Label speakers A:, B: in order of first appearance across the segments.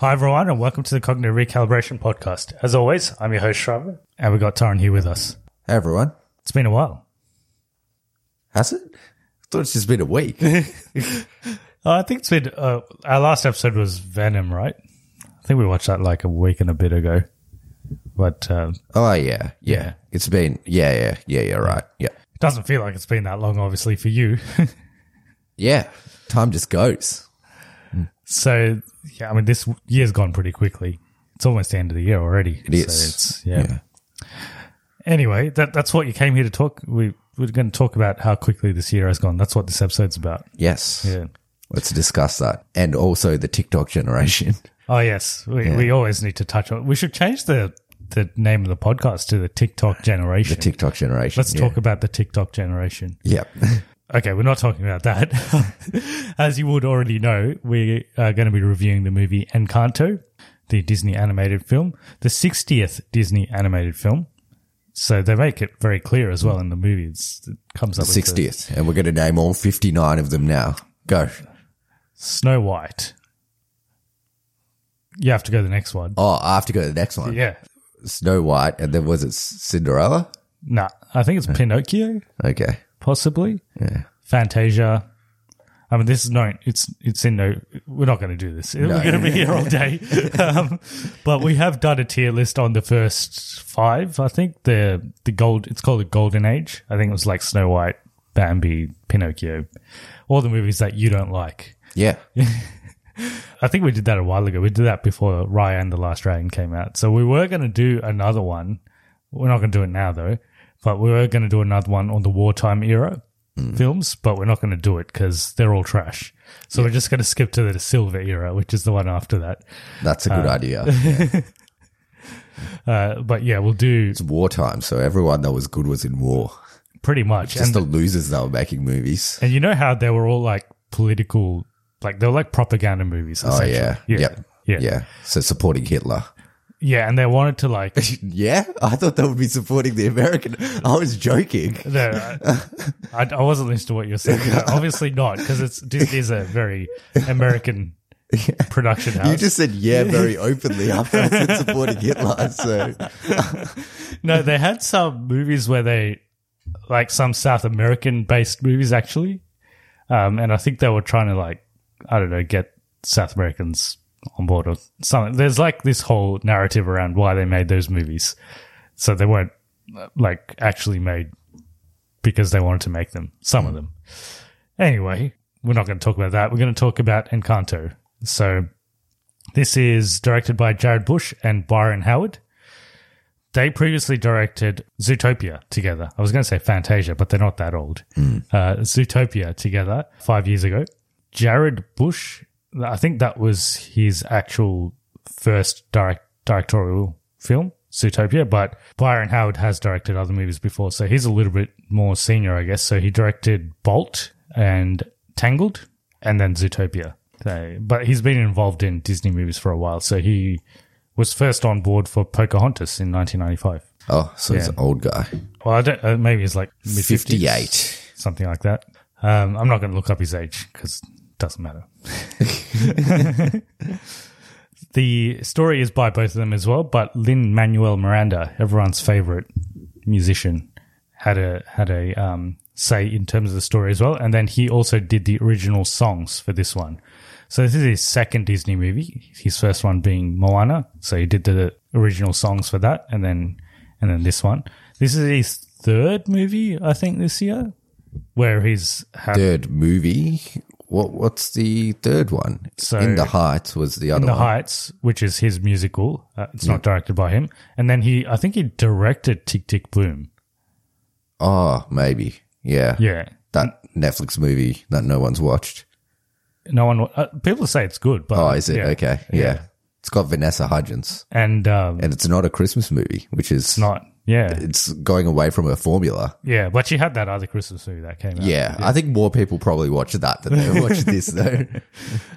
A: Hi, everyone, and welcome to the Cognitive Recalibration Podcast. As always, I'm your host, Shriver, and we've got Taran here with us.
B: Hey everyone.
A: It's been a while.
B: Has it? I thought it's just been a week.
A: Uh, I think it's been, uh, our last episode was Venom, right? I think we watched that like a week and a bit ago. But um,
B: oh yeah, yeah. It's been yeah, yeah, yeah, yeah, right. Yeah.
A: it doesn't feel like it's been that long, obviously, for you.
B: Yeah. Time just goes.
A: so, yeah, I mean, this year's gone pretty quickly. It's almost the end of the year already.
B: It is.
A: So it's, yeah. Anyway, that, that's what you came here to talk. We, we're going to talk about how quickly this year has gone. That's what this episode's about.
B: Yes.
A: Yeah.
B: Let's discuss that. And also the TikTok generation.
A: Oh yes, we, we always need to touch on. We should change the the name of the podcast to the TikTok generation.
B: The TikTok generation.
A: Let's
B: yeah.
A: talk about the TikTok generation.
B: Yep.
A: Okay, we're not talking about that. As you would already know, we are going to be reviewing the movie Encanto, the Disney animated film, the 60th Disney animated film. So they make it very clear as well in the movie. It's, it comes up with the
B: Sixtieth. And we're gonna name all fifty nine of them now. Go.
A: Snow White. You have to go to the next one.
B: Oh, I have to go to the next one.
A: Yeah.
B: Snow White and then was it Cinderella?
A: Nah, I think it's Pinocchio.
B: Okay.
A: possibly. Yeah. Fantasia. I mean, this is no. It's it's in no. We're not going to do this. We're going to be here all day. um, but we have done a tier list on the first five. I think the the gold. It's called the Golden Age. I think it was like Snow White, Bambi, Pinocchio, all the movies that you don't like.
B: Yeah.
A: I think we did that a while ago. We did that before Raya and the Last Dragon came out. So we were going to do another one. We're not going to do it now though, but we were going to do another one on the wartime era
B: Mm.
A: films, but we're not going to do it because they're all trash. So we're just going to skip to the silver era, which is the one after that.
B: That's a good idea.
A: Uh, but yeah, we'll do
B: It's wartime, so everyone that was good was in war.
A: pretty much. And,
B: Just the losers that were making movies.
A: and you know how they were all like political, like they were like propaganda movies.
B: Oh
A: essentially.
B: yeah. Yep.
A: Yeah.
B: yeah. So supporting Hitler.
A: Yeah. And they wanted to like
B: Yeah, I thought that would be supporting the American. I was joking.
A: No, I, I, I wasn't listening to what you're saying. No, obviously not, because it's Disney is a very American production house.
B: You just said yeah very openly after I said supporting Hitler. So
A: no, they had some movies where they, like some South American based movies actually, um, and I think they were trying to like, I don't know, get South Americans on board or something. There's like this whole narrative around why they made those movies, so they weren't uh, like actually made because they wanted to make them. Some of them, anyway. We're not going to talk about that. We're going to talk about Encanto. So, this is directed by Jared Bush and Byron Howard. They previously directed Zootopia together. I was going to say Fantasia, but they're not that old. Uh, Zootopia together five years ago. Jared Bush, I think that was his actual first direct, directorial film, Zootopia, but Byron Howard has directed other movies before, so he's a little bit more senior, I guess. So he directed Bolt and Tangled and then Zootopia. So, but he's been involved in Disney movies for a while, so he was first on board for Pocahontas in 1995.
B: Oh, so he's an old guy.
A: Well, I don't. Uh, maybe it's like mid
B: 58.
A: something like that. Um, I'm not going to look up his age because it doesn't matter. the story is by both of them as well, but Lin Manuel Miranda, everyone's favorite musician, had a had a um, say in terms of the story as well, and then he also did the original songs for this one. So this is his second Disney movie. His first one being Moana, so he did the original songs for that, and then and then this one. This is his third movie, I think, this year, where he's had
B: Third movie. What What's the third one?
A: So-
B: In the Heights was the other
A: In the
B: one.
A: Heights, which is his musical. Uh, it's not directed by him, and then he, I think, he directed Tick Tick Boom.
B: Oh, maybe. Yeah.
A: Yeah,
B: That Netflix movie that no one's watched.
A: no one. Uh, people say it's good, but
B: Oh, is it?
A: yeah.
B: Okay. Yeah. It's got Vanessa Hudgens
A: And um,
B: and it's not a Christmas movie, which is
A: not yeah,
B: It's going away from her formula.
A: yeah. But she had that other Christmas movie that came out.
B: Yeah, I think more people probably watch that than they watch this, though.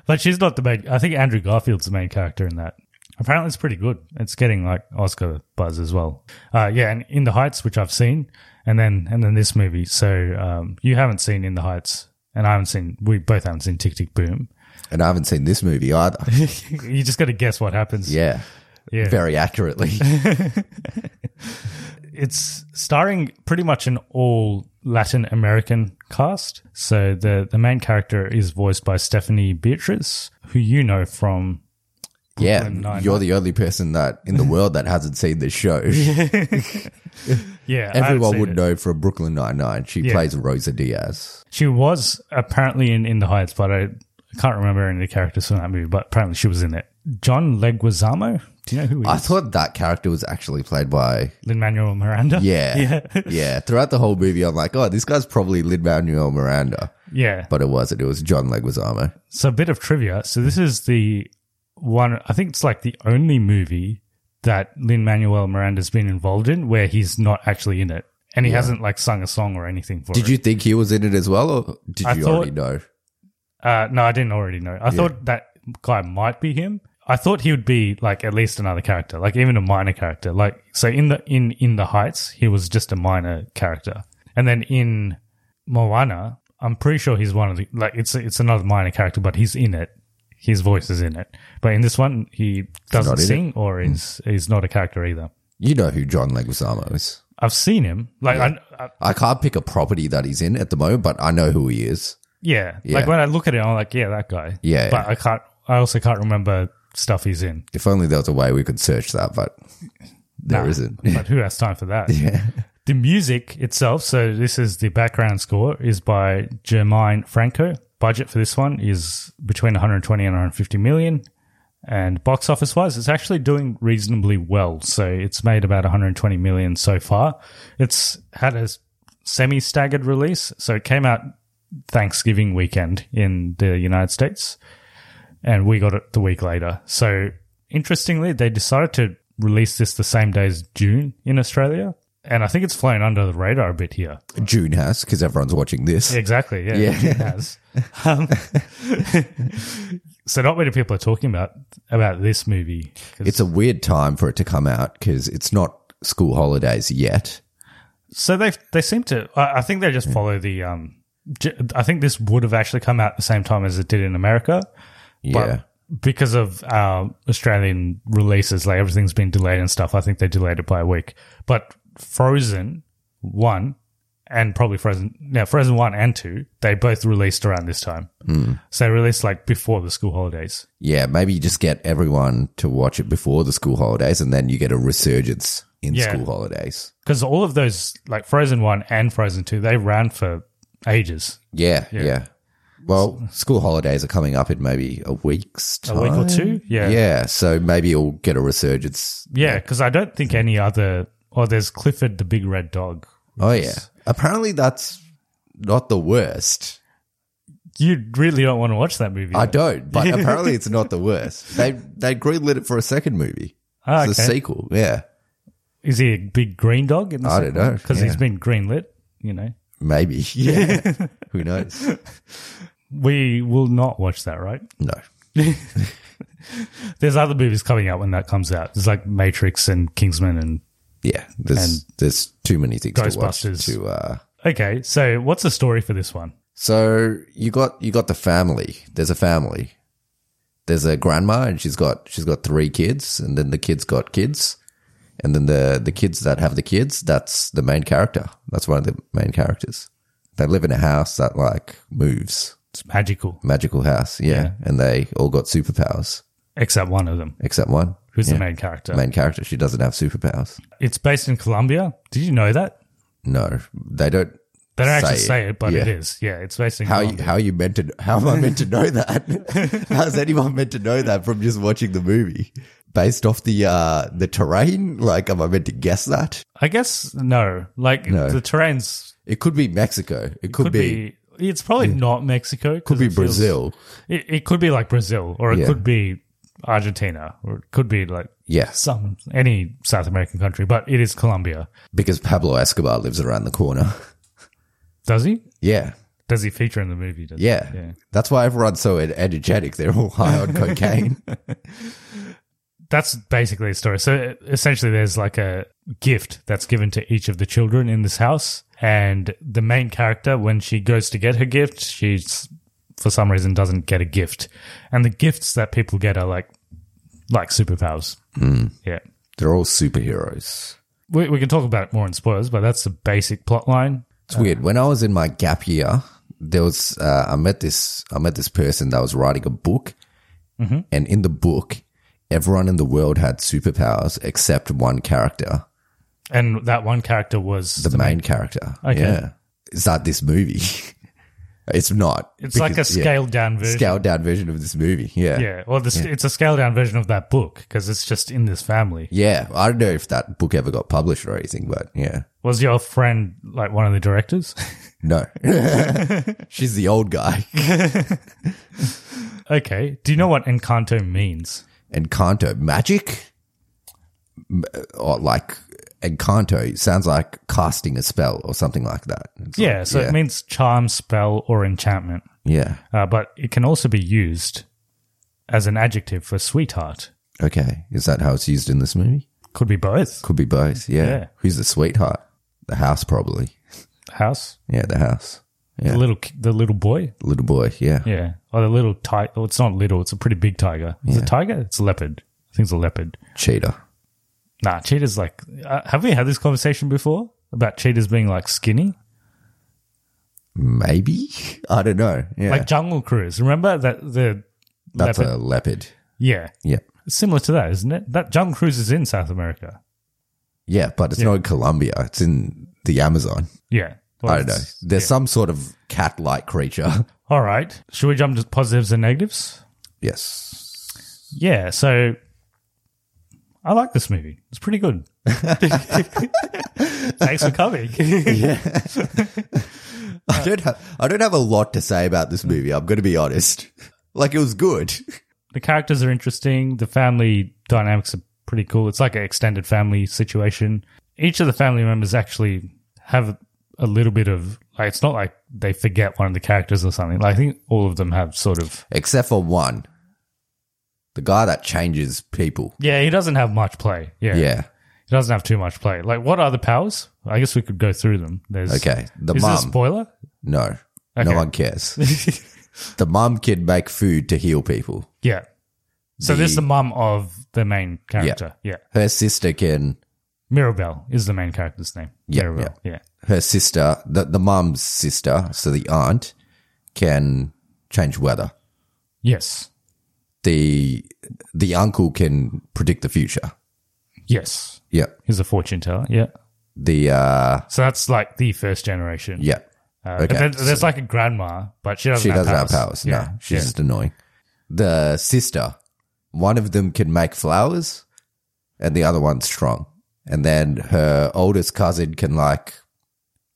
A: but she's not the main. I think Andrew Garfield's the main character in that. Apparently, it's pretty good. It's getting like Oscar buzz as well. Uh, yeah, and In the Heights, which I've seen, and then and then this movie. So um, you haven't seen In the Heights, and I haven't seen. We both haven't seen Tick Tick Boom.
B: And I haven't seen this movie either.
A: you just got to guess what happens.
B: Yeah,
A: Yeah.
B: very accurately.
A: It's starring pretty much an all Latin American cast. So the the main character is voiced by Stephanie Beatriz, who you know from
B: yeah,
A: Nine-Nine.
B: you're the only person that in the world that hasn't seen this show.
A: yeah I haven't
B: Everyone
A: seen
B: would
A: it.
B: know from Brooklyn Nine Nine. She
A: Yeah.
B: plays Rosa Diaz.
A: She was apparently in In the Heights, but I can't remember any of the characters from that movie. But apparently she was in it. John Leguizamo. Do you know who he
B: I
A: is?
B: thought that character was actually played by.
A: Lin Manuel Miranda.
B: Yeah,
A: yeah,
B: yeah. Throughout the whole movie, I'm like, oh, this guy's probably Lin Manuel Miranda,
A: yeah.
B: but it wasn't. It was John Leguizamo.
A: So a bit of trivia. So this is the one. I think it's like the only movie that Lin Manuel Miranda's been involved in where he's not actually in it, and he hasn't like sung a song or anything for
B: Did
A: it.
B: you think he was in it as well, or did
A: I
B: you
A: thought-
B: already know?
A: Uh, no, I didn't already know. I thought that guy might be him. I thought he would be like at least another character, like even a minor character. Like so in the in in the Heights, he was just a minor character, and then in Moana, I'm pretty sure he's one of the like it's it's another minor character, but he's in it. His voice is in it, but in this one, he doesn't
B: not in Hmm.
A: sing or is is not a character either.
B: You know who John Leguizamo is.
A: I've seen him, like I, I,
B: I can't pick a property that he's in at the moment, but I know who he is.
A: yeah,
B: Yeah.
A: like when I look at it, I'm like, yeah, that guy.
B: Yeah,
A: but
B: yeah.
A: I can't. I also can't remember stuff he's in.
B: If only there was a way we could search that, but there
A: Nah,
B: not
A: but who has time for that? Yeah. The music itself, so this is the background score, is by Jermaine Franco. Budget for this one is between 120 and 150 million. And box office wise, it's actually doing reasonably well. So it's made about 120 million so far. It's had a semi staggered release. So it came out Thanksgiving weekend in the United States and we got it the week later. So interestingly, they decided to release this the same day as June in Australia, and I think it's flown under the radar a bit here.
B: June has, because everyone's watching this.
A: Exactly, yeah,
B: Yeah.
A: June has. Um, so not many people are talking about about this movie. 'Cause-
B: It's a weird time for it to come out because it's not school holidays yet.
A: so they they seem to. I, I think they just follow the. Um, j- I think this would have actually come out at the same time as it did in America. But
B: Yeah.
A: because of our Australian releases, like everything's been delayed and stuff, I think they delayed it by a week. But Frozen 1 and probably Frozen, no, Frozen 1 and 2, they both released around this time.
B: Hmm.
A: So they released like before the school holidays.
B: yeah, maybe you just get everyone to watch it before the school holidays and then you get a resurgence in
A: Yeah.
B: school holidays.
A: Because all of those, like Frozen 1 and Frozen 2, they ran for ages.
B: Yeah, yeah. Well, school holidays are coming up in maybe a week's time.
A: A week or two? Yeah.
B: Yeah. So maybe you'll get a resurgence.
A: Yeah, because I don't think any other. Oh, there's Clifford the Big Red Dog.
B: Oh, yeah. Apparently, that's not the worst.
A: You really don't want to watch that movie.
B: I don't, but apparently it's not the worst. They they greenlit it for a second movie.
A: Ah,
B: It's a
A: okay.
B: sequel, yeah.
A: Is he a big green dog? In the
B: I don't know,
A: Because he's
B: yeah.
A: been greenlit, you know.
B: Maybe. Yeah. Who knows?
A: We will not watch that, right?
B: No.
A: There's other movies coming out when that comes out. There's like Matrix and Kingsman and.
B: Yeah. There's there's too many things to watch
A: Ghostbusters.
B: to uh
A: Okay, so what's the story for this one?
B: So you got you got the family. There's a family. There's a grandma and she's got she's got three kids and then the kids got kids. And then the the kids that have the kids, that's the main character. That's one of the main characters. They live in a house that like moves.
A: It's magical,
B: Magical house, yeah. And they all got superpowers
A: except one of them,
B: except one.
A: who's
B: Yeah.
A: the main character.
B: main character? She doesn't have superpowers.
A: It's based in Colombia. Did you know that?
B: No, they don't.
A: They don't actually
B: Say it.
A: say it, but it
B: Yeah.
A: is. Yeah, it's based in
B: How you,
A: Colombia.
B: how you meant to? How am I meant to know that? How's anyone meant to know that from just watching the movie? Based off the uh the terrain, like am I meant to guess that?
A: I guess no. Like
B: No.
A: the terrain's
B: It could be Mexico. It could,
A: could
B: be,
A: be. It's probably not Mexico.
B: could be Brazil.
A: It, it could be like Brazil, or it
B: Yeah.
A: could be Argentina, or it could be like
B: Yes,
A: some any South American country. But it is Colombia.
B: because Pablo Escobar lives around the corner.
A: Does he?
B: Yeah,
A: Does he feature in the movie? Does he?
B: yeah. That's why everyone's so en- energetic. They're all high on cocaine.
A: That's basically the story. So essentially, there's like a gift that's given to each of the children in this house, and the main character, when she goes to get her gift, she's for some reason doesn't get a gift, and the gifts that people get are like like superpowers.
B: Hmm.
A: Yeah.
B: They're all superheroes.
A: We, we can talk about it more in spoilers, but that's the basic plot line.
B: It's weird. When I was in my gap year, there was uh, I met this I met this person that was writing a book,
A: Mm-hmm.
B: and in the book, everyone in the world had superpowers except one character,
A: And that one character was
B: the, main character.
A: Okay.
B: Yeah, is that this movie? it's not.
A: it's
B: because-
A: like a
B: yeah,
A: scaled down version.
B: scaled down version of this movie. Yeah.
A: Yeah, well, this, it's a scaled down version of that book because it's just in this family.
B: Yeah, I don't know if that book ever got published or anything, but yeah,
A: Was your friend like one of the directors?
B: no. She's the old guy.
A: okay. Do you know what Encanto means?
B: Encanto magic, M- uh, or like Encanto sounds like casting a spell or something like that. It's like-
A: yeah, so it means charm, spell, or enchantment,
B: yeah.
A: uh, but it can also be used as an adjective for sweetheart.
B: Okay, is that how it's used in this movie?
A: Could be both.
B: Could be both. Yeah.
A: Yeah.
B: Who's the sweetheart? The house, probably.
A: House,
B: Yeah, the house. Yeah.
A: the little ki- the little boy,
B: Little boy. Yeah.
A: yeah, or the little tiger. Well, it's not little; it's a pretty big tiger. Is it a tiger? It's a leopard. I think it's a leopard.
B: Cheetah.
A: Nah, cheetahs like. Uh, have we had this conversation before about cheetahs being like skinny?
B: Maybe. I don't know. Yeah.
A: like Jungle Cruise. Remember that the
B: That's
A: leopard?
B: a leopard.
A: yeah,
B: Yeah.
A: it's similar to that, isn't it? That Jungle Cruise is in South America.
B: Yeah, but it's not in Colombia. It's in the Amazon.
A: Yeah,
B: I don't know. There's some sort of cat-like creature.
A: All right, should we jump to positives and negatives?
B: yes.
A: Yeah, so I like this movie. It's pretty good. Thanks for coming.
B: I don't have I don't have a lot to say about this movie. I'm going to be honest. Like it was good.
A: the characters are interesting. The family dynamics are pretty cool. It's like an extended family situation. Each of the family members actually have a little bit of like it's not like they forget one of the characters or something. Like I think all of them have sort of
B: Except for one. The guy that changes people.
A: Yeah, he doesn't have much play. Yeah.
B: Yeah.
A: He doesn't have too much play. Like what are the powers? I guess we could go through them. There's
B: Okay. The
A: Is it a
B: mum.
A: spoiler?
B: No. No
A: Okay.
B: one cares. the mum can make food to heal people.
A: Yeah. So this is the mum of the main character. Yeah.
B: Her sister can
A: Mirabelle is the main character's name.
B: Yeah,
A: Mirabelle. Yeah.
B: her sister, the, the mum's sister, so the aunt can change weather.
A: Yes.
B: The the uncle can predict the future.
A: Yes.
B: Yeah.
A: He's a fortune teller. Yeah.
B: The uh
A: So that's like the first generation.
B: yeah.
A: Uh,
B: Okay,
A: but then
B: so-
A: there's like a grandma, but she doesn't.
B: she
A: have
B: doesn't
A: powers.
B: have powers.
A: Yeah,
B: no, she's
A: yeah.
B: just annoying. The sister, one of them can make flowers, and the other one's strong. And then her oldest cousin can like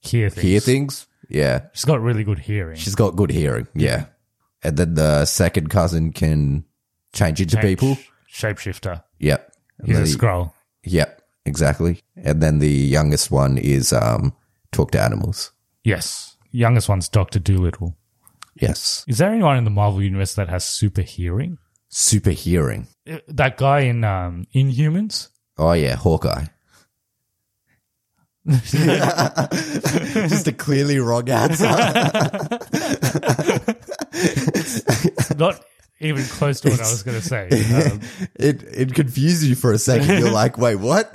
A: hear things.
B: hear things. Yeah,
A: She's got really good hearing.
B: she's got good hearing. Yeah, and then the second cousin can change into
A: Change-
B: people.
A: Shapeshifter.
B: Yep. And
A: He's
B: then
A: a
B: the-
A: scroll.
B: Yep, exactly. And then the youngest one is um, talk to animals.
A: Yes. Youngest one's Doctor Doolittle.
B: Yes,
A: Is there anyone in the Marvel universe that has super hearing?
B: super hearing.
A: Uh, That guy in um, Inhumans.
B: Oh yeah, Hawkeye. Just a clearly wrong answer.
A: Not even close to what I was going to say. Um,
B: It it confuses you for a second. You're like, wait, what?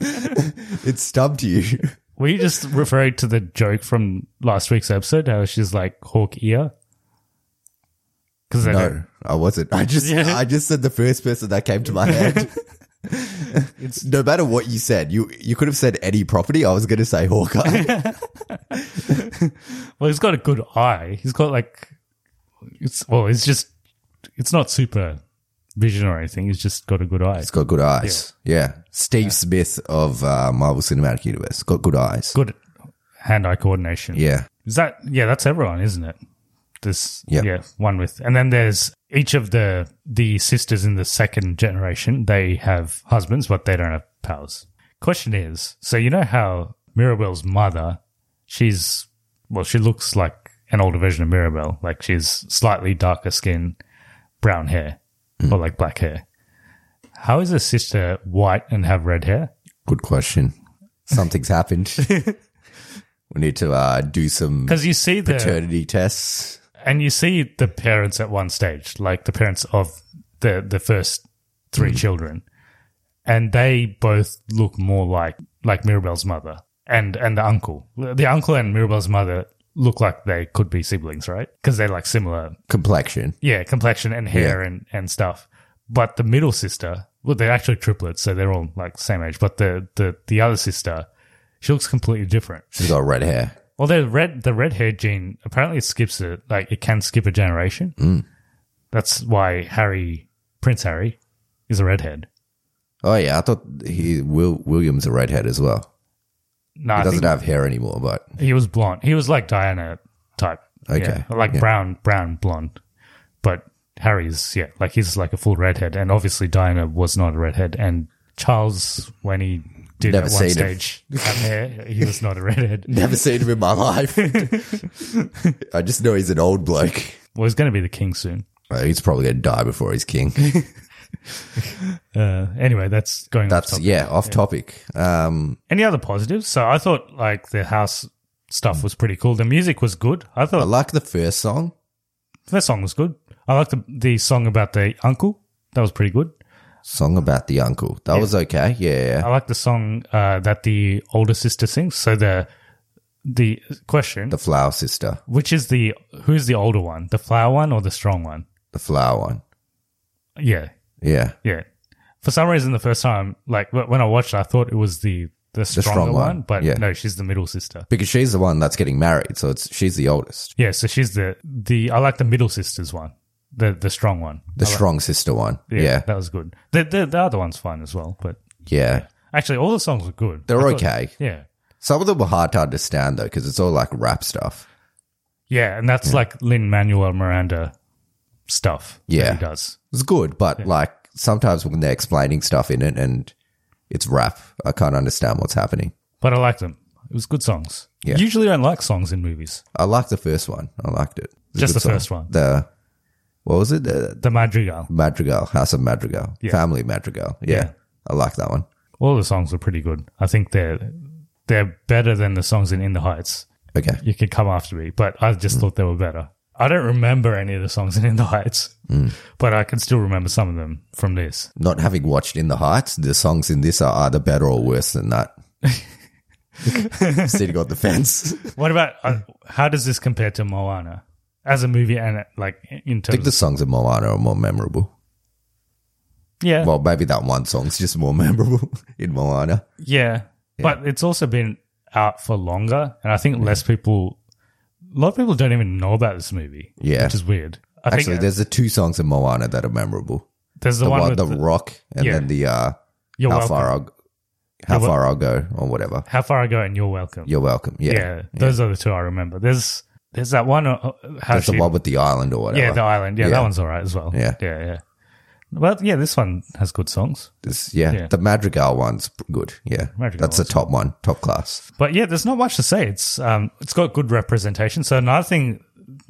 B: it stumped you.
A: were you just referring to the joke from last week's episode? How she's like hawk ear? Because
B: No, I wasn't. I just
A: Yeah.
B: I just said the first person that came to my head.
A: It's-
B: no matter what you said, you you could have said any property. I was going to say Hawkeye.
A: well, he's got a good eye. He's got like, it's well, it's just, it's not super vision or anything. He's just got a good eye.
B: It's got good eyes. Yeah, Steve Smith of uh, Marvel Cinematic Universe got good eyes.
A: good hand eye coordination.
B: Yeah,
A: Is that yeah, that's everyone, isn't it? This
B: Yeah.
A: yeah, one with and then there's each of the the sisters in the second generation, they have husbands, but they don't have powers. Question is, so you know how Mirabelle's mother, she's well, she looks like an older version of Mirabelle. Like she's slightly darker skin, brown hair, or like black hair. How is her sister white and have red hair?
B: good question. Something's happened. we need to uh, do some
A: Because you see the
B: paternity tests.
A: and you see the parents at one stage, like the parents of the the first three children, and they both look more like like Mirabelle's mother and and the uncle. The uncle and Mirabelle's mother look like they could be siblings, right? Because they're like similar,
B: Complexion.
A: yeah, complexion and hair and and stuff. But the middle sister, well, they're actually triplets, so they're all like same age. But the the the other sister, she looks completely different.
B: She's got red hair.
A: Well, the red the red hair gene apparently it skips it like it can skip a generation.
B: Mm.
A: That's why Harry Prince Harry is a redhead.
B: Oh yeah, I thought he Will William's a redhead as well.
A: No,
B: He
A: I
B: doesn't
A: think
B: have hair anymore, but
A: he was blonde. He was like Diana type.
B: Okay,
A: Yeah, like brown brown blonde. But Harry's yeah, like he's like a full redhead, and obviously Diana was not a redhead, and Charles when he did
B: Never
A: at one
B: seen him.
A: stage have hair, he was not a redhead.
B: never seen him in my life. I just know he's an old bloke.
A: Well, he's going to be the king soon.
B: Uh, He's probably going to die before he's king.
A: Uh, anyway, that's going. off
B: That's
A: topic.
B: yeah, off topic. Um,
A: Any other positives? So I thought like the house stuff was pretty cool. The music was good. I
B: I
A: thought
B: like the first song.
A: that song was good. I liked the, the song about the uncle. That was pretty good.
B: Song about the uncle. That was okay. Yeah, yeah.
A: I like the song uh, that the older sister sings. So the the question,
B: The flower sister.
A: which is the who's the older one, the flower one or the strong one?
B: The flower one.
A: Yeah,
B: Yeah.
A: yeah. For some reason, the first time, like wh- when I watched, it, I thought it was the the stronger
B: strong
A: one,
B: one,
A: but
B: yeah.
A: no, she's the middle sister.
B: Because she's the one that's getting married, so it's she's the oldest.
A: Yeah, so she's the the I like the middle sister's one, the the strong one.
B: The strong sister one. Yeah.
A: yeah,
B: Yeah.
A: that was good. The, the the other one's fine as well, but actually, all the songs were good.
B: They're
A: I thought-
B: okay.
A: Yeah,
B: Some of them were hard to understand though, because it's all like rap stuff.
A: yeah, and that's like Lin Manuel Miranda stuff. that
B: Yeah.
A: he does.
B: It's good, but like sometimes when they're explaining stuff in it and it's rap, I can't understand what's happening.
A: But I like them. It was good songs.
B: Yeah.
A: Usually, I don't like songs in movies.
B: I liked the first one. I liked it. It's a
A: Just
B: good
A: the first one.
B: The what was it? The
A: The Madrigal.
B: Madrigal, House of Madrigal,
A: Yeah.
B: Family Madrigal. Yeah.
A: Yeah.
B: I like that one.
A: All the songs were pretty good. I think they're they're better than the songs in In the Heights.
B: Okay.
A: You could come after me, but I just
B: Mm.
A: thought they were better. I don't remember any of the songs in In the Heights,
B: Mm.
A: but I can still remember some of them from this.
B: Not having watched In the Heights, the songs in this are either better or worse than that. Sitting on the fence. I
A: What about
B: Hmm.
A: uh, how does this compare to Moana as a movie and uh, like in terms?
B: think the songs in Moana are more memorable.
A: of, yeah,
B: Well, maybe that one song's just more memorable in Moana.
A: yeah, but it's also been out for longer, and I think less people, a lot of people don't even know about this movie.
B: Yeah.
A: which is weird. I
B: Actually,
A: think
B: there's the two songs in Moana that are memorable.
A: there's the,
B: The,
A: one
B: one,
A: with
B: the, rock, and
A: yeah.
B: then the uh,
A: You're
B: how
A: welcome.
B: far I'll how
A: You're wel-
B: far I'll go or whatever.
A: How far I go, and you're welcome.
B: You're welcome. Yeah,
A: yeah, those are the two I remember. There's there's that one. uh, uh, How
B: that's
A: she,
B: the one with the island or whatever.
A: yeah, the island. Yeah,
B: Yeah.
A: that one's all right as well.
B: Yeah.
A: yeah, yeah. Well, yeah, this one has good songs.
B: This- yeah,
A: Yeah.
B: the Madrigal one's good. Yeah,
A: Madrigal
B: that's the top one, top class.
A: But yeah, there's not much to say. It's um, it's got good representation. So another thing,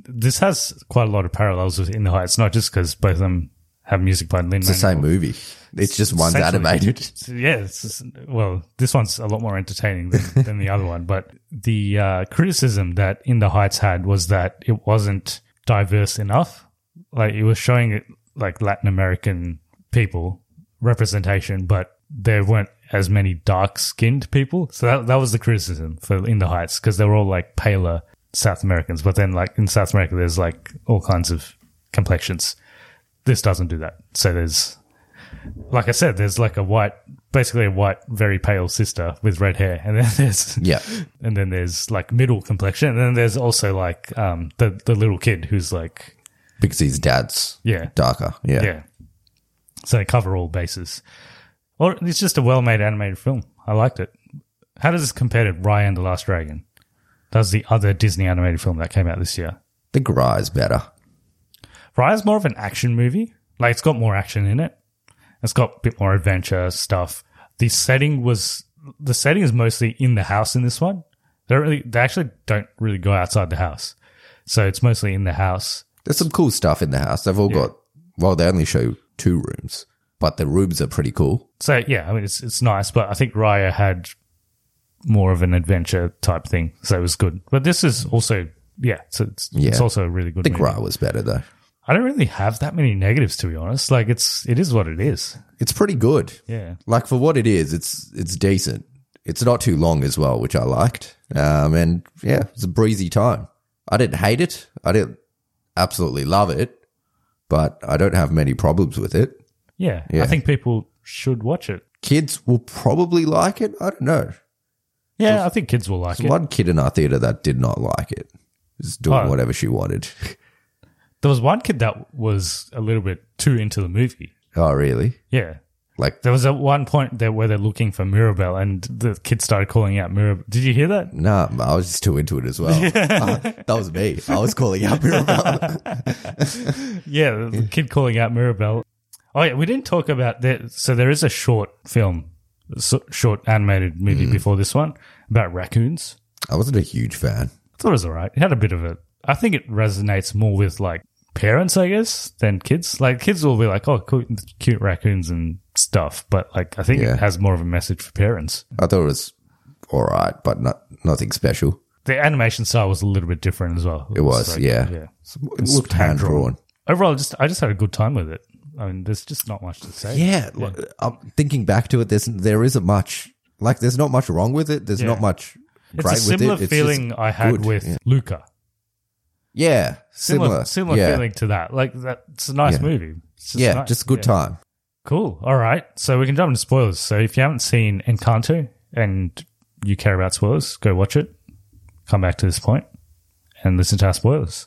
A: this has quite a lot of parallels with In the Heights, not just because both of them have music by Lin.
B: It's the same movie. It's just one's animated.
A: Yeah, it's just- well, this one's a lot more entertaining than, than the other one. But the uh, criticism that In the Heights had was that it wasn't diverse enough. Like it was showing it like Latin American people representation, but there weren't as many dark skinned people. So that that was the criticism for In the Heights because they were all like paler South Americans. But then like in South America, there's like all kinds of complexions. This doesn't do that. So there's like I said, there's like a white, basically a white, very pale sister with red hair, and then there's
B: Yeah.
A: and then there's like middle complexion, and then there's also like um the the little kid who's like
B: Because his dad's
A: yeah
B: darker. Yeah.
A: yeah, so they cover all bases. Or it's just a well made animated film. I liked it. How does this compare to Raya and the Last Dragon? That's the other Disney animated film that came out this year.
B: The Gra is better.
A: Raya's more of an action movie. Like it's got more action in it. It's got a bit more adventure stuff. The setting was the setting is mostly in the house in this one. They don't really they actually don't really go outside the house. So it's mostly in the house.
B: There's some cool stuff in the house. They've all got, well, they only show two rooms, but the rooms are pretty cool.
A: So yeah, I mean it's it's nice, but I think Raya had more of an adventure type thing. So it was good. But this is also yeah, so it's, it's
B: Yeah.
A: also a really good
B: The
A: movie.
B: Gra was better though.
A: I don't really have that many negatives to be honest. Like it's it is what it is.
B: It's pretty good.
A: Yeah.
B: Like for what it is, it's it's decent. It's not too long as well, which I liked. Um, and yeah, it's a breezy time. I didn't hate it. I didn't absolutely love it, but I don't have many problems with it.
A: Yeah.
B: Yeah.
A: I think people should watch it.
B: Kids will probably like it. I don't know.
A: Yeah, I think kids will like
B: There's
A: it.
B: one kid in our theater that did not like it. Just doing
A: Oh.
B: whatever she wanted.
A: There was one kid that was a little bit too into the movie.
B: oh, really?
A: Yeah.
B: Like,
A: There was at one point there where they're looking for Mirabelle and the kid started calling out Mirabelle. Did you hear that?
B: nah, I was just too into it as well. Uh, that was me. I was calling out Mirabelle.
A: Yeah, the kid calling out Mirabelle. Oh, yeah, we didn't talk about that. So there is a short film, so- short animated movie
B: Mm.
A: before this one about raccoons.
B: I wasn't a huge fan.
A: I thought it was all right. It had a bit of a. I think it resonates more with like parents, I guess, than kids. Like kids will be like, oh, cool, cute raccoons and stuff. But like, I think
B: Yeah.
A: it has more of a message for parents.
B: I thought it was all right, but not nothing special.
A: the animation style was a little bit different as well.
B: It was,
A: like-
B: yeah. It
A: It's
B: looked hand drawn.
A: Overall, just I just had a good time with it. I mean, there's just not much to say.
B: Yeah, look, I'm thinking back to it. There's there isn't much. Like, there's not much wrong with it. There's
A: Yeah.
B: not much.
A: it's
B: great
A: a similar
B: with it. It's just
A: feeling I had
B: good.
A: with
B: yeah,
A: Luca.
B: Yeah, similar,
A: Similar, similar
B: yeah.
A: feeling to that. Like that, it's a nice
B: Yeah.
A: movie. It's
B: yeah,
A: nice.
B: just a good
A: Yeah.
B: time.
A: Cool. All right, so we can jump into spoilers. So if you haven't seen Encanto and you care about spoilers, go watch it. Come back to this point and listen to our spoilers.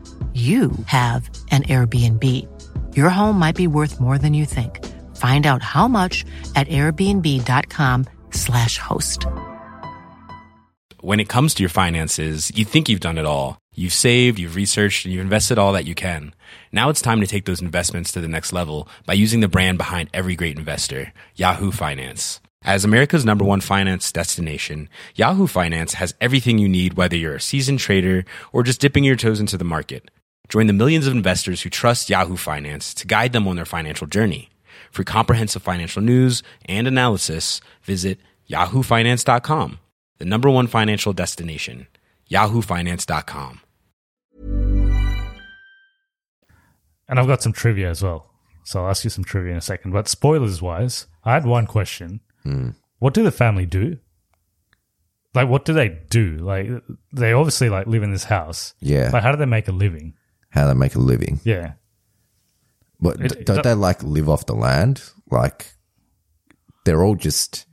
C: you have an Airbnb. Your home might be worth more than you think. Find out how much at airbnb.com/slash host.
D: When it comes to your finances, you think you've done it all. You've saved, you've researched, and you've invested all that you can. Now it's time to take those investments to the next level by using the brand behind every great investor, Yahoo Finance. As America's number one finance destination, Yahoo Finance has everything you need, whether you're a seasoned trader or just dipping your toes into the market. Join the millions of investors who trust Yahoo Finance to guide them on their financial journey. For comprehensive financial news and analysis, visit yahoofinance.com, the number one financial destination, yahoofinance.com.
A: And I've got some trivia as well. So I'll ask you some trivia in a second. But spoilers wise, I had one question.
B: Hmm.
A: What do the family do? Like, what do they do? Like, they obviously like live in this house.
B: Yeah.
A: Like, how do they make a living?
B: How they make a living.
A: Yeah.
B: But
A: It-
B: d- don't they like live off the land? Like they're all just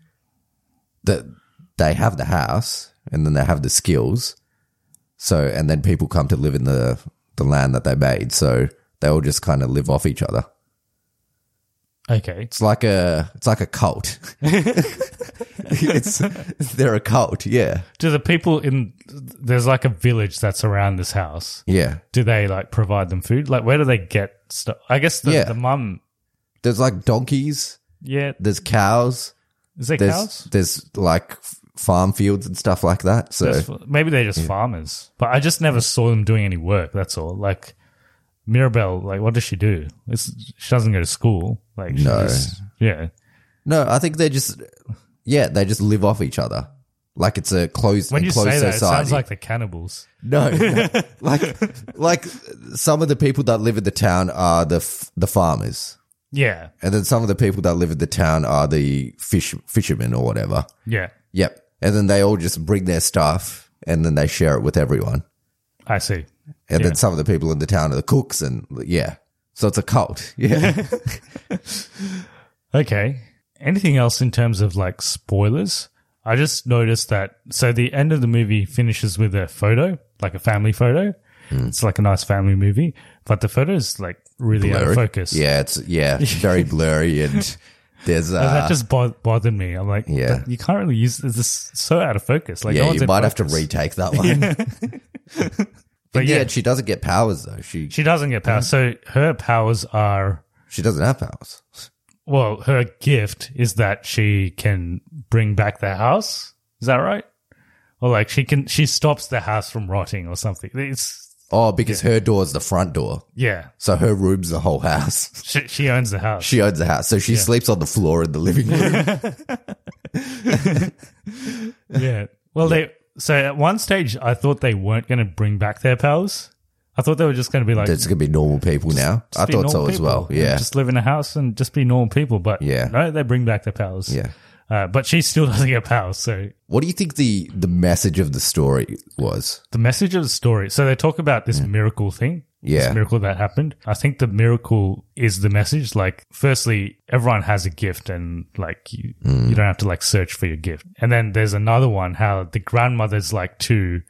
B: that they have the house and then they have the skills. So and then people come to live in the the land that they made. So they all just kind of live off each other.
A: Okay.
B: It's like a it's like a cult. it's they're a cult. Yeah,
A: Do the people in there's like a village that's around this house?
B: yeah.
A: Do they like provide them food? Like, where do they get stuff? I guess the,
B: Yeah.
A: the mum.
B: There's like donkeys.
A: Yeah.
B: There's cows.
A: Is there
B: There's
A: cows?
B: there's like f- farm fields and stuff like that. So
A: That's f- maybe they're just farmers, but I just never saw them doing any work. That's all. Like Mirabelle, like what does she do? It's, she doesn't go to school. Like she
B: No.
A: just- yeah.
B: No, I think they just yeah, they just live off each other. Like it's a closed
A: When you
B: enclosed
A: say that, it
B: society.
A: sounds like the cannibals.
B: no, no. like like some of the people that live in the town are the f- the farmers,
A: Yeah,
B: and then some of the people that live in the town are the fish fishermen or whatever.
A: yeah.
B: Yep, and then they all just bring their stuff and then they share it with everyone.
A: I see.
B: And
A: Yeah.
B: then some of the people in the town are the cooks, and yeah, so it's a cult. Yeah,
A: Okay. Anything else in terms of like spoilers? I just noticed that. So the end of the movie finishes with a photo, like a family photo.
B: Hmm.
A: It's like a nice family movie, but the photo is like really out of
B: Blurry.
A: focus.
B: Yeah, it's yeah, very blurry, and there's uh,
A: And that just bo- bothered me. I'm like,
B: Yeah.
A: yeah, you can't really use this. This is so out of focus. Like, no
B: yeah,
A: one's
B: you
A: in
B: might have to
A: focus.
B: retake that one.
A: But
B: but yeah,
A: yeah.
B: she doesn't get powers though. She
A: She doesn't get
B: Mm-hmm.
A: powers. So her powers are
B: she doesn't have powers.
A: well, her gift is that she can bring back the house. Is that right? Or like she can, she stops the house from rotting or something. It's
B: Oh, because her door is the front door,
A: yeah,
B: so her room's the whole house.
A: she, she owns the house.
B: She owns the house, so she sleeps on the floor in the living room.
A: yeah. Well, they so at one stage I thought they weren't going to bring back their powers. I thought they were just going to be like
B: It's gonna be normal people now. I
A: just be
B: thought so
A: normal
B: as
A: people
B: well.
A: and
B: Yeah,
A: just live in a house and just be normal people. But
B: Yeah.
A: no, they bring back their powers.
B: yeah.
A: Uh, but she still doesn't get powers. So
B: What do you think the the message of the story was?
A: the message of the story. So they talk about this miracle thing.
B: Yeah.
A: This miracle that happened. I think the miracle is the message. Like, firstly, everyone has a gift and like you,
B: Mm.
A: you don't have to like search for your gift. And then there's another one, how the grandmother's like too,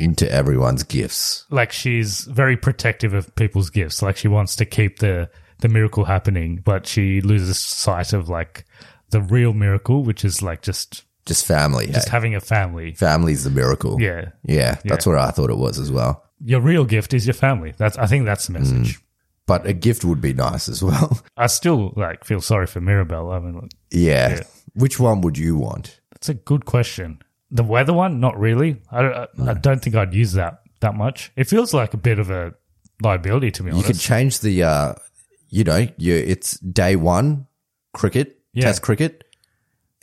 B: Into everyone's gifts.
A: like she's very protective of people's gifts. Like she wants to keep the, the miracle happening, but she loses sight of like the real miracle, which is like just,
B: Just family.
A: just
B: hey.
A: having a family.
B: Family's the miracle.
A: Yeah.
B: Yeah. That's what I thought it was as well.
A: Your real gift is your family. That's, I think that's the
B: Hmm.
A: message.
B: But a gift would be nice as well.
A: I still like feel sorry for Mirabelle. I mean, like,
B: yeah. Which one would you want?
A: that's a good question. The weather one, not really. I don't, I, I don't think I'd use that that much. It feels like a bit of a liability to be
B: You
A: honest.
B: can change the, uh, you know, you, it's day one cricket,
A: Yeah.
B: test cricket,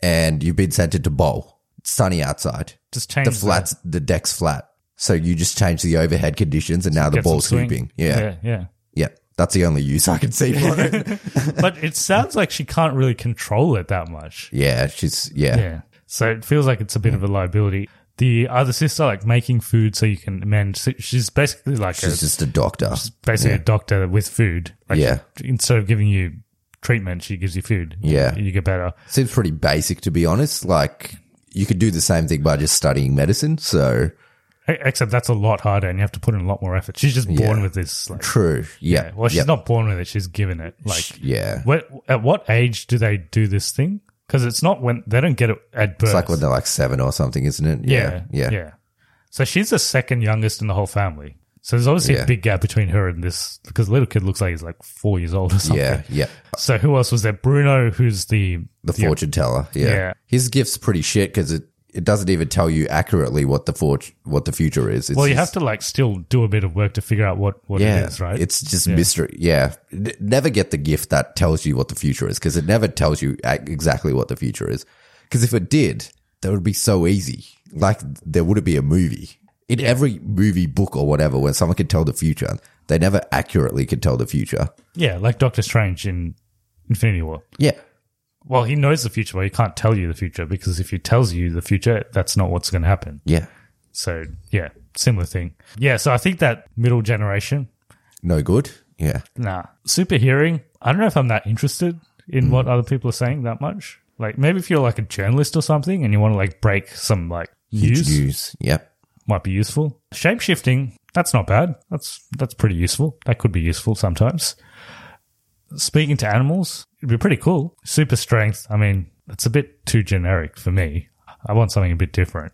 B: and you've been sent into bowl. It's sunny outside.
A: just change
B: the flat's, the deck's flat. So you just change the overhead conditions and now the
A: get some
B: ball's
A: swing.
B: hooping. Yeah. yeah.
A: yeah, yeah.
B: That's the only use I can see for it.
A: but it sounds like she can't really control it that much.
B: yeah, she's yeah.
A: Yeah. So it feels like it's a bit of a liability. The other sister, like making food so you can mend. so She's basically like a,
B: She's just a doctor.
A: basically a doctor with food. Like
B: Yeah.
A: she- instead of giving you treatment, she gives you food.
B: Yeah.
A: You get better.
B: Seems pretty basic to be honest. Like you could do the same thing by just studying medicine. So
A: E- Except that's a lot harder and you have to put in a lot more effort. She's just born with this. Like,
B: true. Yeah.
A: Well, she's
B: Yep.
A: not born with it. She's given it. Like,
B: Yeah.
A: What, at what age do they do this thing? Because it's not when they don't get it at birth.
B: It's like when they're like seven or something, isn't it?
A: yeah,
B: Yeah. Yeah.
A: yeah. So she's the second youngest in the whole family. So there's obviously
B: Yeah.
A: a big gap between her and this because the little kid looks like he's like four years old or something.
B: Yeah. yeah.
A: So who else was there? Bruno, who's the
B: The fortune teller. Yeah.
A: Yeah.
B: His gift's pretty shit because it, it doesn't even tell you accurately what the fort what the future is. It's
A: well, you
B: just-
A: have to like still do a bit of work to figure out what what
B: yeah,
A: it is, right?
B: It's just mystery. Yeah, N- never get the gift that tells you what the future is because it never tells you ac- exactly what the future is. Because if it did, that would be so easy. Like there would be a movie in every movie, book, or whatever, where someone could tell the future. They never accurately could tell the future.
A: yeah, like Doctor Strange in Infinity War.
B: Yeah,
A: Well, he knows the future, but he can't tell you the future because if he tells you the future, that's not what's going to happen.
B: yeah,
A: So yeah, similar thing. Yeah, so I think that middle generation,
B: no good. Yeah,
A: Nah. Super hearing. I don't know if I'm that interested in what
B: Hmm.
A: other people are saying that much. Like maybe if you're like a journalist or something and you want to like break some like
B: huge
A: news,
B: news. Yep.
A: might be useful. Shape shifting, that's not bad. That's that's pretty useful. That could be useful sometimes. Speaking to animals, it'd be pretty cool. Super strength, I mean, it's a bit too generic for me. I want something a bit different.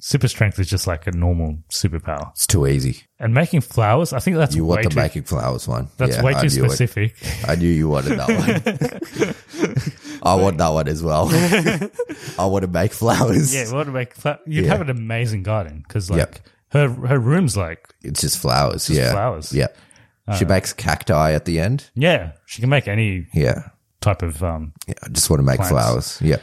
A: Super strength is just like a normal superpower.
B: It's too easy.
A: And making flowers, I think that's
B: You
A: way
B: want the
A: too,
B: making flowers one?
A: that's
B: Yeah,
A: way
B: I
A: too
B: knew it.
A: specific.
B: I knew you wanted that one. I want that one as well. I want to make flowers.
A: Yeah, what make fla- you'd
B: Yeah.
A: have an amazing garden because like
B: Yep.
A: her her room's like
B: It's just flowers. yeah.
A: flowers.
B: Yeah. she makes cacti at the end.
A: yeah she can make any
B: Yeah.
A: type of um.
B: yeah. I just want to make flowers. Yeah.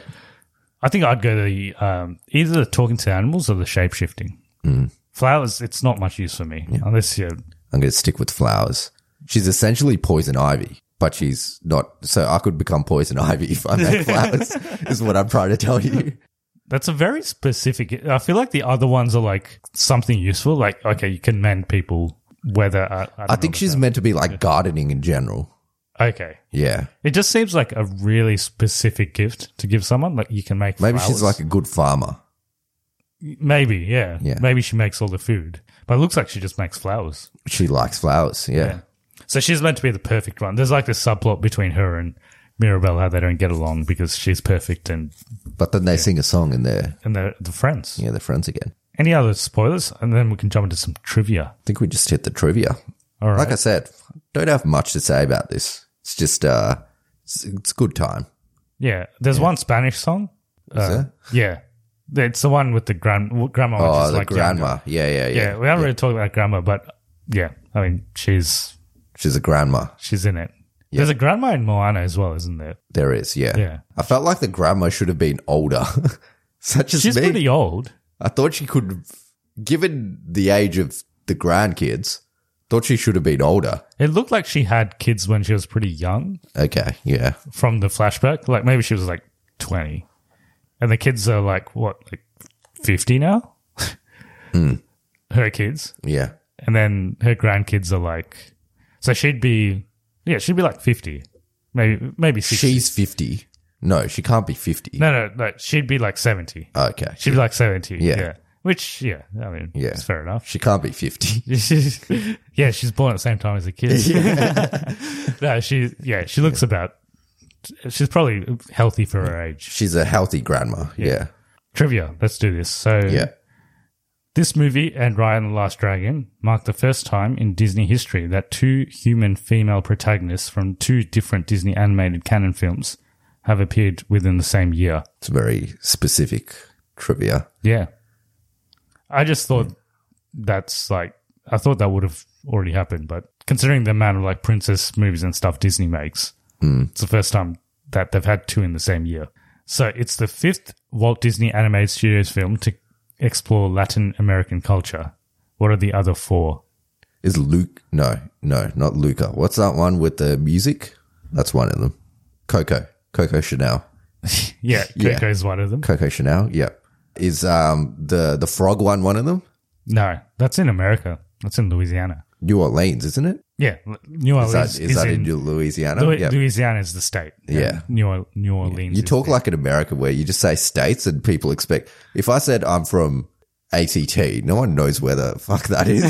A: I think I'd go the um either the talking to animals or the shape shifting.
B: Mm.
A: Flowers, it's not much use for me unless you.
B: I'm going to stick with flowers. She's essentially poison ivy, but she's not. So I could become poison ivy if I make flowers, is what I'm trying to tell you.
A: That's a very specific. I feel like the other ones are like something useful. Like okay, you can mend people. uh, Whether I, I, don't
B: I
A: know
B: think
A: about
B: she's
A: that.
B: meant to be like gardening in general.
A: okay.
B: Yeah.
A: It just seems like a really specific gift to give someone. Like you can make
B: Maybe
A: flowers.
B: she's like a good farmer.
A: Maybe, yeah.
B: Yeah.
A: Maybe she makes all the food. But it looks like she just makes flowers.
B: She likes flowers. yeah.
A: So she's meant to be the perfect one. There's like this subplot between her and Mirabelle how they don't get along because she's perfect and,
B: But then they sing a song and they're,
A: and they're the friends.
B: yeah, they're friends again.
A: Any other spoilers? And then we can jump into some trivia.
B: I think we just hit the trivia.
A: All right.
B: Like I said, don't have much to say about this. It's just, uh, it's, it's a good time.
A: yeah. There's one Spanish song.
B: Is there?
A: Yeah. It's the one with the gran- grandma. Which
B: Oh,
A: is
B: the
A: like
B: grandma.
A: younger.
B: Yeah, yeah, yeah.
A: Yeah. We haven't really talked about grandma, but yeah. I mean, she's
B: She's a grandma.
A: she's in it. There's a grandma in Moana as well, isn't there?
B: There is, yeah.
A: Yeah.
B: I felt like the grandma should have been older. Such as
A: She's
B: me.
A: pretty old.
B: I thought she could, given the age of the grandkids, thought she should have been older.
A: It looked like she had kids when she was pretty young
B: Okay, yeah.
A: from the flashback. Like maybe she was like 20. And the kids are like, what, like 50 now?
B: Hmm.
A: Her kids.
B: Yeah.
A: And then her grandkids are like, so she'd be, yeah, she'd be like 50. Maybe, maybe 60.
B: She's 50. No, she can't be 50.
A: no, no, no, she'd be like 70.
B: Okay.
A: She'd be like 70.
B: Yeah.
A: Yeah. Which, yeah, I mean,
B: Yeah.
A: yeah. it's fair enough.
B: She can't be 50.
A: yeah, she's born at the same time as the kids. no, she, yeah, she looks about, she's probably healthy for her age.
B: She's a healthy grandma. Yeah.
A: Trivia, let's do this. So,
B: Yeah.
A: this movie and Raya and the Last Dragon marked the first time in Disney history that two human female protagonists from two different Disney animated canon films have appeared within the same year.
B: It's very specific trivia.
A: Yeah. I just thought that's like, I thought that would have already happened, but considering the amount of like princess movies and stuff Disney makes,
B: Hmm.
A: it's the first time that they've had two in the same year. So it's the fifth Walt Disney Animated Studios film to explore Latin American culture. What are the other four?
B: Is Luke? No, no, not Luca. What's that one with the music? That's one of them. Coco, Coco Chanel,
A: Yeah,
B: Yeah.
A: Coco's one of them.
B: Coco Chanel. Yeah, is um the the frog one one of them?
A: No, that's in America. That's in Louisiana.
B: New Orleans, isn't it?
A: Yeah, L- New Orleans
B: Is that is,
A: is,
B: that in,
A: in,
B: Louisiana?
A: Lou-
B: yeah.
A: Louisiana is the state.
B: Yeah.
A: And New, Or- New Orleans.
B: You
A: is
B: talk
A: the-
B: like in America where you just say states and people expect. If I said I'm from ATT, no one knows where the fuck that is.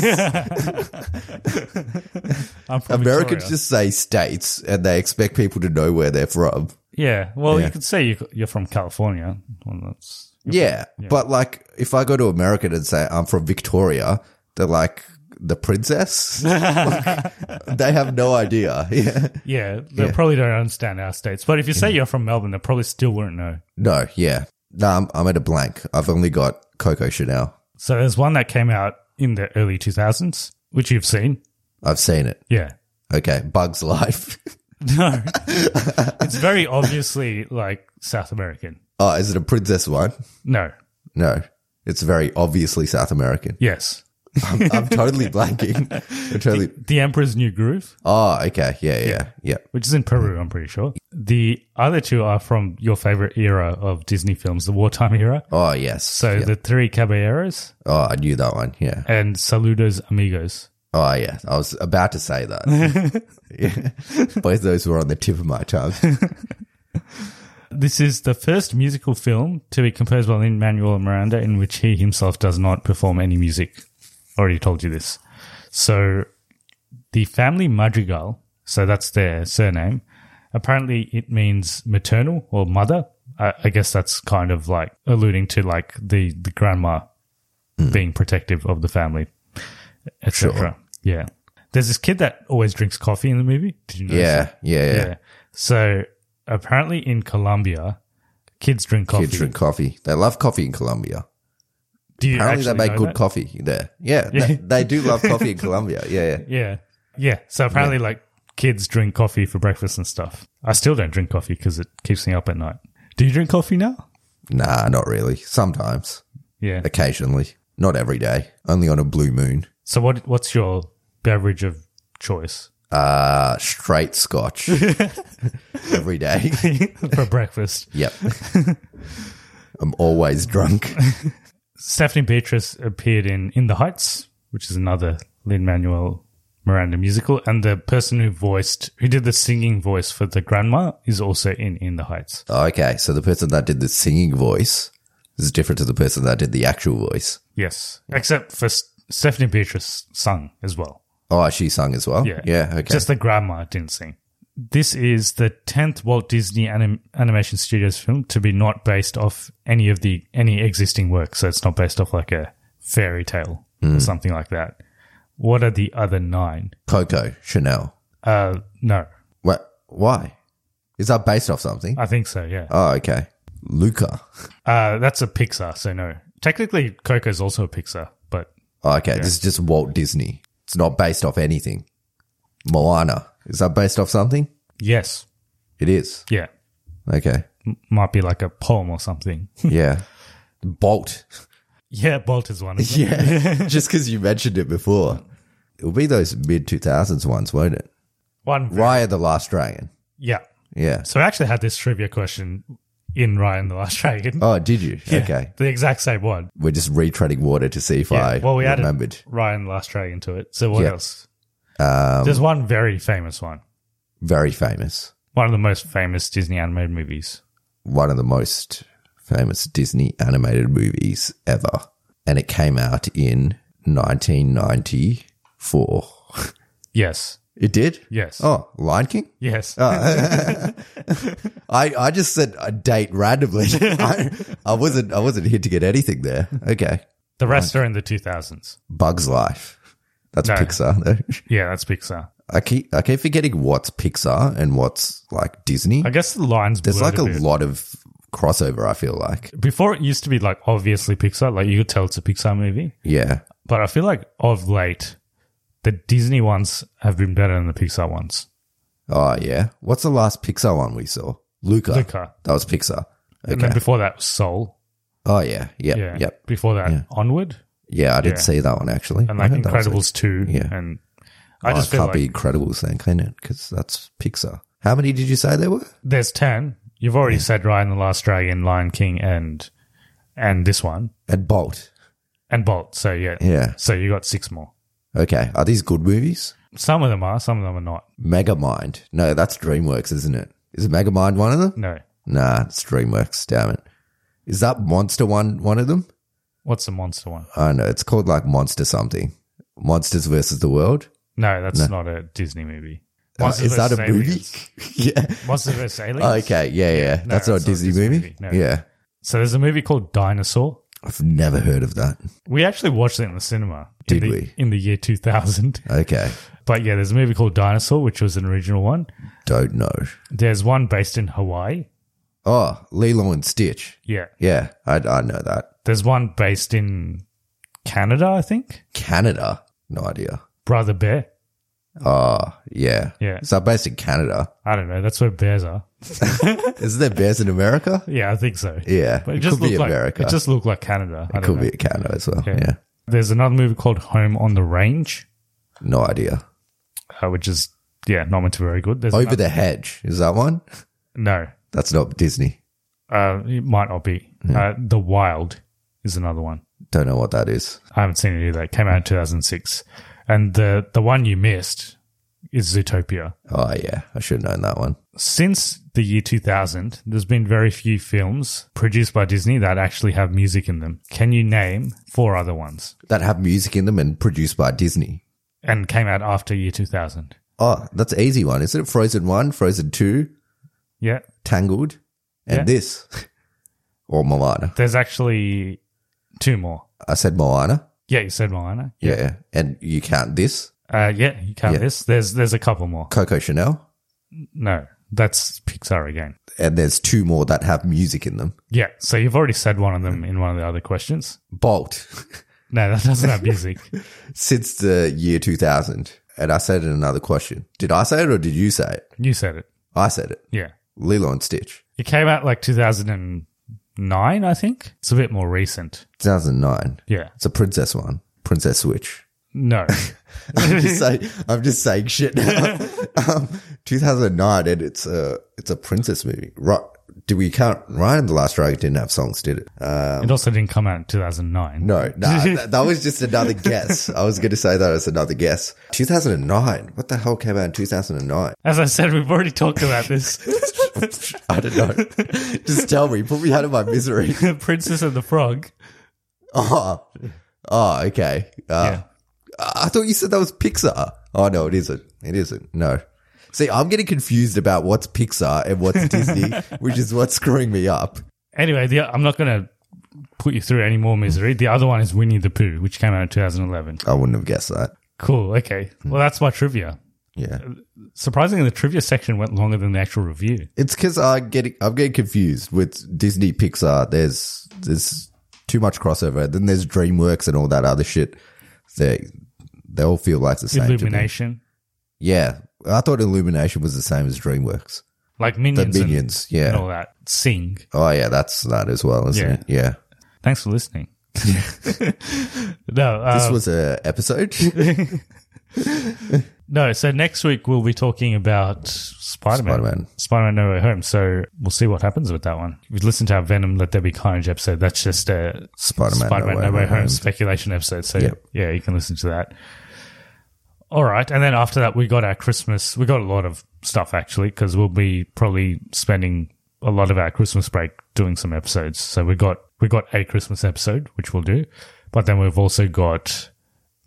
A: I'm from
B: Americans
A: Victoria.
B: just say states and they expect people to know where they're from.
A: yeah. Well,
B: Yeah.
A: you could say you- you're from California. Well, that's
B: Yeah, but like if I go to America and say I'm from Victoria, they're like the princess. Like, they have no idea. Yeah.
A: yeah. They
B: Yeah.
A: probably don't understand our states. But if you say you're from Melbourne, they probably still wouldn't know.
B: No, yeah. No, I'm, I'm at a blank. I've only got Coco Chanel.
A: So there's one that came out in the early 2000s, which you've seen.
B: I've seen it.
A: Yeah.
B: Okay, Bugs Life.
A: No, it's very obviously like South American.
B: oh, is it a princess one?
A: No.
B: No, it's very obviously South American.
A: Yes.
B: I'm, I'm totally blanking. I'm totally.
A: The Emperor's New Groove.
B: Oh, okay. Yeah, yeah, yeah.
A: which is in Peru, I'm pretty sure. The other two are from your favorite era of Disney films, the wartime era.
B: Oh, yes.
A: So
B: yeah.
A: the Three Caballeros
B: oh, I knew that one. Yeah.
A: and Saludos Amigos.
B: Oh, yeah. I was about to say that. yeah. Both those were on the tip of my tongue.
A: This is the first musical film to be composed by Lin Manuel Miranda, in which he himself does not perform any music. Already told you this. So the family Madrigal, so that's their surname. Apparently, it means maternal or mother. I, I guess that's kind of like alluding to like the the grandma being protective of the family, etc. Yeah. There's this kid that always drinks coffee in the movie. Did you know?
B: Yeah, yeah, yeah.
A: Yeah. So apparently in Colombia, kids drink coffee.
B: Kids drink coffee. They love coffee in Colombia.
A: Do you
B: Apparently, they
A: actually
B: make
A: know
B: good
A: that?
B: coffee there. Yeah, They, they do love coffee in Colombia. Yeah, yeah.
A: Yeah. Yeah. So apparently, like, kids drink coffee for breakfast and stuff. I still don't drink coffee because it keeps me up at night. Do you drink coffee now?
B: Nah, not really. Sometimes,
A: Yeah.
B: occasionally, not every day. Only on a blue moon.
A: So what? what's your beverage of choice
B: Uh, straight scotch every day.
A: for breakfast?
B: Yep. I'm always drunk.
A: Stephanie Beatrice appeared in In the Heights, which is another Lin Manuel Miranda musical. And the person who voiced, who did the singing voice for the grandma is also in In the Heights.
B: Okay, so the person that did the singing voice is different to the person that did the actual voice.
A: Yes, except for S- Stephanie Beatrice sung as well.
B: Oh, she sung as well?
A: Yeah,
B: Yeah, okay.
A: Just the grandma didn't sing. This is the tenth Walt Disney anim- Animation Studios film to be not based off any of the any existing work, so it's not based off like a fairy tale
B: Hmm.
A: or something like that. What are the other nine?
B: Coco, Chanel.
A: Uh, no,
B: What? Why? Is that based off something?
A: I think so. Yeah,
B: oh, okay. Luca.
A: uh, that's a Pixar, so no. Technically, Coco's also a Pixar, but
B: Oh, okay, this is just Walt Disney. It's not based off anything. Moana. Is that based off something?
A: yes,
B: It is.
A: yeah,
B: Okay.
A: might be like a poem or something.
B: Yeah. Bolt.
A: yeah, Bolt is one of them.
B: Yeah. just because you mentioned it before. It'll be those mid 2000s ones, won't it?
A: One,
B: Raya the Last Dragon.
A: yeah.
B: Yeah.
A: So I actually had this trivia question in Ryan the Last Dragon.
B: Oh, did you? Okay.
A: The exact same one.
B: We're just retreading water to see if I
A: well, we added
B: remembered.
A: Ryan the Last Dragon to it. So what
B: Yeah. Um,
A: else? There's one very famous one.
B: Very famous.
A: One of the most famous Disney animated movies.
B: One of the most famous Disney animated movies ever. And it came out in 1994.
A: Yes.
B: It did?
A: Yes.
B: Oh, Lion King?
A: Yes.
B: I, I just said a date randomly. I, I wasn't I wasn't here to get anything there. Okay.
A: the rest are in the 2000s.
B: Bugs Life. That's
A: No.
B: Pixar though.
A: Yeah, that's Pixar.
B: I keep I keep forgetting what's Pixar and what's like Disney.
A: I guess the lines
B: There's
A: blurred
B: like a
A: bit.
B: lot of crossover. I feel like
A: Before it used to be like obviously Pixar, like you could tell it's a Pixar movie.
B: yeah,
A: But I feel like of late, the Disney ones have been better than the Pixar ones.
B: oh yeah. What's the last Pixar one we saw? Luca.
A: Luca.
B: That was Pixar.
A: And then
B: Oh, Okay.
A: before that was Soul.
B: Oh yeah. Yep.
A: yeah.
B: Yep.
A: Before that,
B: Yeah.
A: Onward
B: Yeah. I did
A: Yeah.
B: see that one actually.
A: and
B: I
A: like
B: heard that was
A: Incredibles two
B: Yeah. Oh,
A: and I just
B: it
A: feel
B: can't be
A: like
B: incredible saying can it? Because that's Pixar. How many did you say there were?
A: there's ten. You've already said Ryan the Last Dragon, Lion King, and and this one
B: And Bolt.
A: and Bolt. So yeah,
B: Yeah.
A: So you got six more.
B: Okay. Are these good movies?
A: Some of them are, some of them are not.
B: Megamind. No, that's DreamWorks, isn't it? Is Megamind one of them?
A: No.
B: Nah, it's DreamWorks. Damn it. Is that Monster one one of them?
A: What's the monster one?
B: I don't know. It's called like Monster something. Monsters versus the World.
A: No, that's not a Disney movie.
B: Uh,
A: Monsters
B: is that
A: versus
B: a movie?
A: Aliens.
B: yeah.
A: Monsters vs. Aliens.
B: Okay. Yeah, yeah.
A: no,
B: that's not a
A: it's not a
B: Disney,
A: Disney
B: movie.
A: movie, no.
B: Yeah.
A: So there's a movie called Dinosaur.
B: I've never heard of that.
A: We actually watched it in the cinema.
B: Did
A: in the,
B: we?
A: In the year 2000.
B: Okay.
A: But yeah, there's a movie called Dinosaur, which was an original one.
B: Don't know.
A: There's one based in Hawaii.
B: Oh, Lilo and Stitch.
A: Yeah.
B: Yeah, I, I know that.
A: There's one based in Canada, I think.
B: Canada. No idea.
A: Brother Bear.
B: Oh, yeah.
A: Yeah.
B: Is that based in Canada?
A: I don't know. That's where bears are.
B: Is there bears in America?
A: Yeah, I think so.
B: Yeah.
A: But it, just
B: could
A: looked
B: be
A: like
B: America.
A: it just looked like Canada. I
B: It
A: don't
B: could
A: know.
B: be Canada as well.
A: Yeah.
B: yeah.
A: There's another movie called Home on the Range,
B: No idea.
A: uh, which is yeah, not meant to be very good. There's
B: Over
A: ano-
B: the Hedge. Is that one?
A: No,
B: That's not Disney.
A: uh, it might not be.
B: Hmm.
A: Uh, the Wild is another one.
B: Don't know what that is.
A: I haven't seen it either. It came out in 2006, and the the one you missed is Zootopia.
B: Oh, yeah. I should have known that one.
A: Since the year 2000, there's been very few films produced by Disney that actually have music in them. Can you name four other ones?
B: That have music in them and produced by Disney.
A: And came out after year 2000.
B: Oh, that's an easy one, isn't it? Frozen 1, Frozen 2,
A: Yeah,
B: Tangled, and
A: Yeah.
B: this. or Moana.
A: there's actually two more.
B: I said Moana.
A: Yeah, you said Moana.
B: Yeah. And you count this.
A: Uh, yeah, you count
B: Yeah.
A: this. There's there's a couple more.
B: Coco Chanel.
A: No, that's Pixar again.
B: And there's two more that have music in them.
A: Yeah, so you've already said one of them in one of the other questions.
B: Bolt.
A: No, that doesn't have music.
B: Since the year 2000. And I said it in another question. Did I say it or did you say it?
A: you said it.
B: I said it.
A: Yeah,
B: Lilo and Stitch.
A: it came out like 2009, I think. It's a bit more recent.
B: 2009.
A: Yeah.
B: It's a princess one. Princess Switch.
A: No,
B: I'm just, saying, I'm just saying shit now. um, 2009 and it's a, it's a princess movie. Right. Do we count? Ryan and the Last Dragon didn't have songs, did it? Um,
A: it also didn't come out in 2009.
B: No, nah, that, that was just another guess. I was going to say that as another guess. 2009. What the hell came out in 2009?
A: As I said, we've already talked about this.
B: I don't know. just tell me. Put me out of my misery.
A: The Princess and the Frog.
B: Oh, oh okay. Uh,
A: Yeah.
B: I thought you said that was Pixar. Oh, no, it isn't. It isn't. No. See, I'm getting confused about what's Pixar and what's Disney, which is what's screwing me up.
A: Anyway, the, I'm not going to put you through any more misery. The other one is Winnie the Pooh, which came out in 2011.
B: I wouldn't have guessed that.
A: Cool. Okay.
B: Hmm.
A: Well, that's my trivia.
B: Yeah.
A: Surprisingly, the trivia section went longer than the actual review.
B: It's because I getting I'm getting confused with Disney Pixar. There's there's too much crossover. Then there's DreamWorks and all that other shit. They they all feel like the same. to me.
A: Illumination,
B: Yeah, I thought Illumination was the same as DreamWorks.
A: like Minions,
B: the
A: and-
B: Minions.
A: and,
B: yeah.
A: all that. Sing.
B: Oh yeah, that's that as well, isn't
A: Yeah.
B: it? Yeah.
A: Thanks for listening. no, uh,
B: This was a episode.
A: no. So next week we'll be talking about Spider Man.
B: Spider-Man.
A: Spider Man No Way Home. So we'll see what happens with that one. If you listen to our Venom Let There Be Carnage episode, that's just a
B: Spider-Man,
A: Spider Man No, Way Home speculation episode. So
B: Yep.
A: yeah, you can listen to that. All right, and then after that, we got our Christmas. We got a lot of stuff actually because we'll be probably spending a lot of our Christmas break doing some episodes. So we got we got a Christmas episode which we'll do, but then we've also got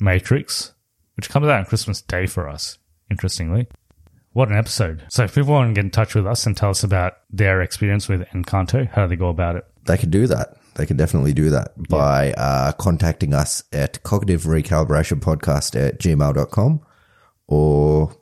A: Matrix, which comes out on Christmas Day for us. Interestingly. What an episode. So, if people want to get in touch with us and tell us about their experience with Encanto, how do they go about it?
B: They can do that. They can definitely do that by uh, contacting us at cognitive recalibration podcast at gmail.com or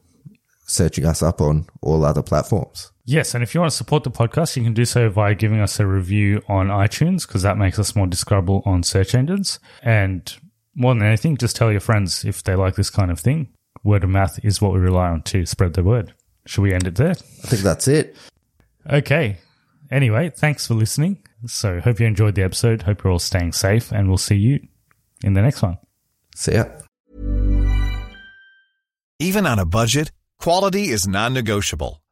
B: searching us up on all other platforms.
A: Yes, and if you want to support the podcast, you can do so via giving us a review on iTunes because that makes us more discoverable on search engines. And more than anything, just tell your friends if they like this kind of thing. Word of mouth is what we rely on to spread the word. Should we end it there?
B: I think that's it.
A: Okay. Anyway, thanks for listening. So, hope you enjoyed the episode. Hope you're all staying safe, and we'll see you in the next one.
B: See ya.
E: Even on a budget, quality is non-negotiable.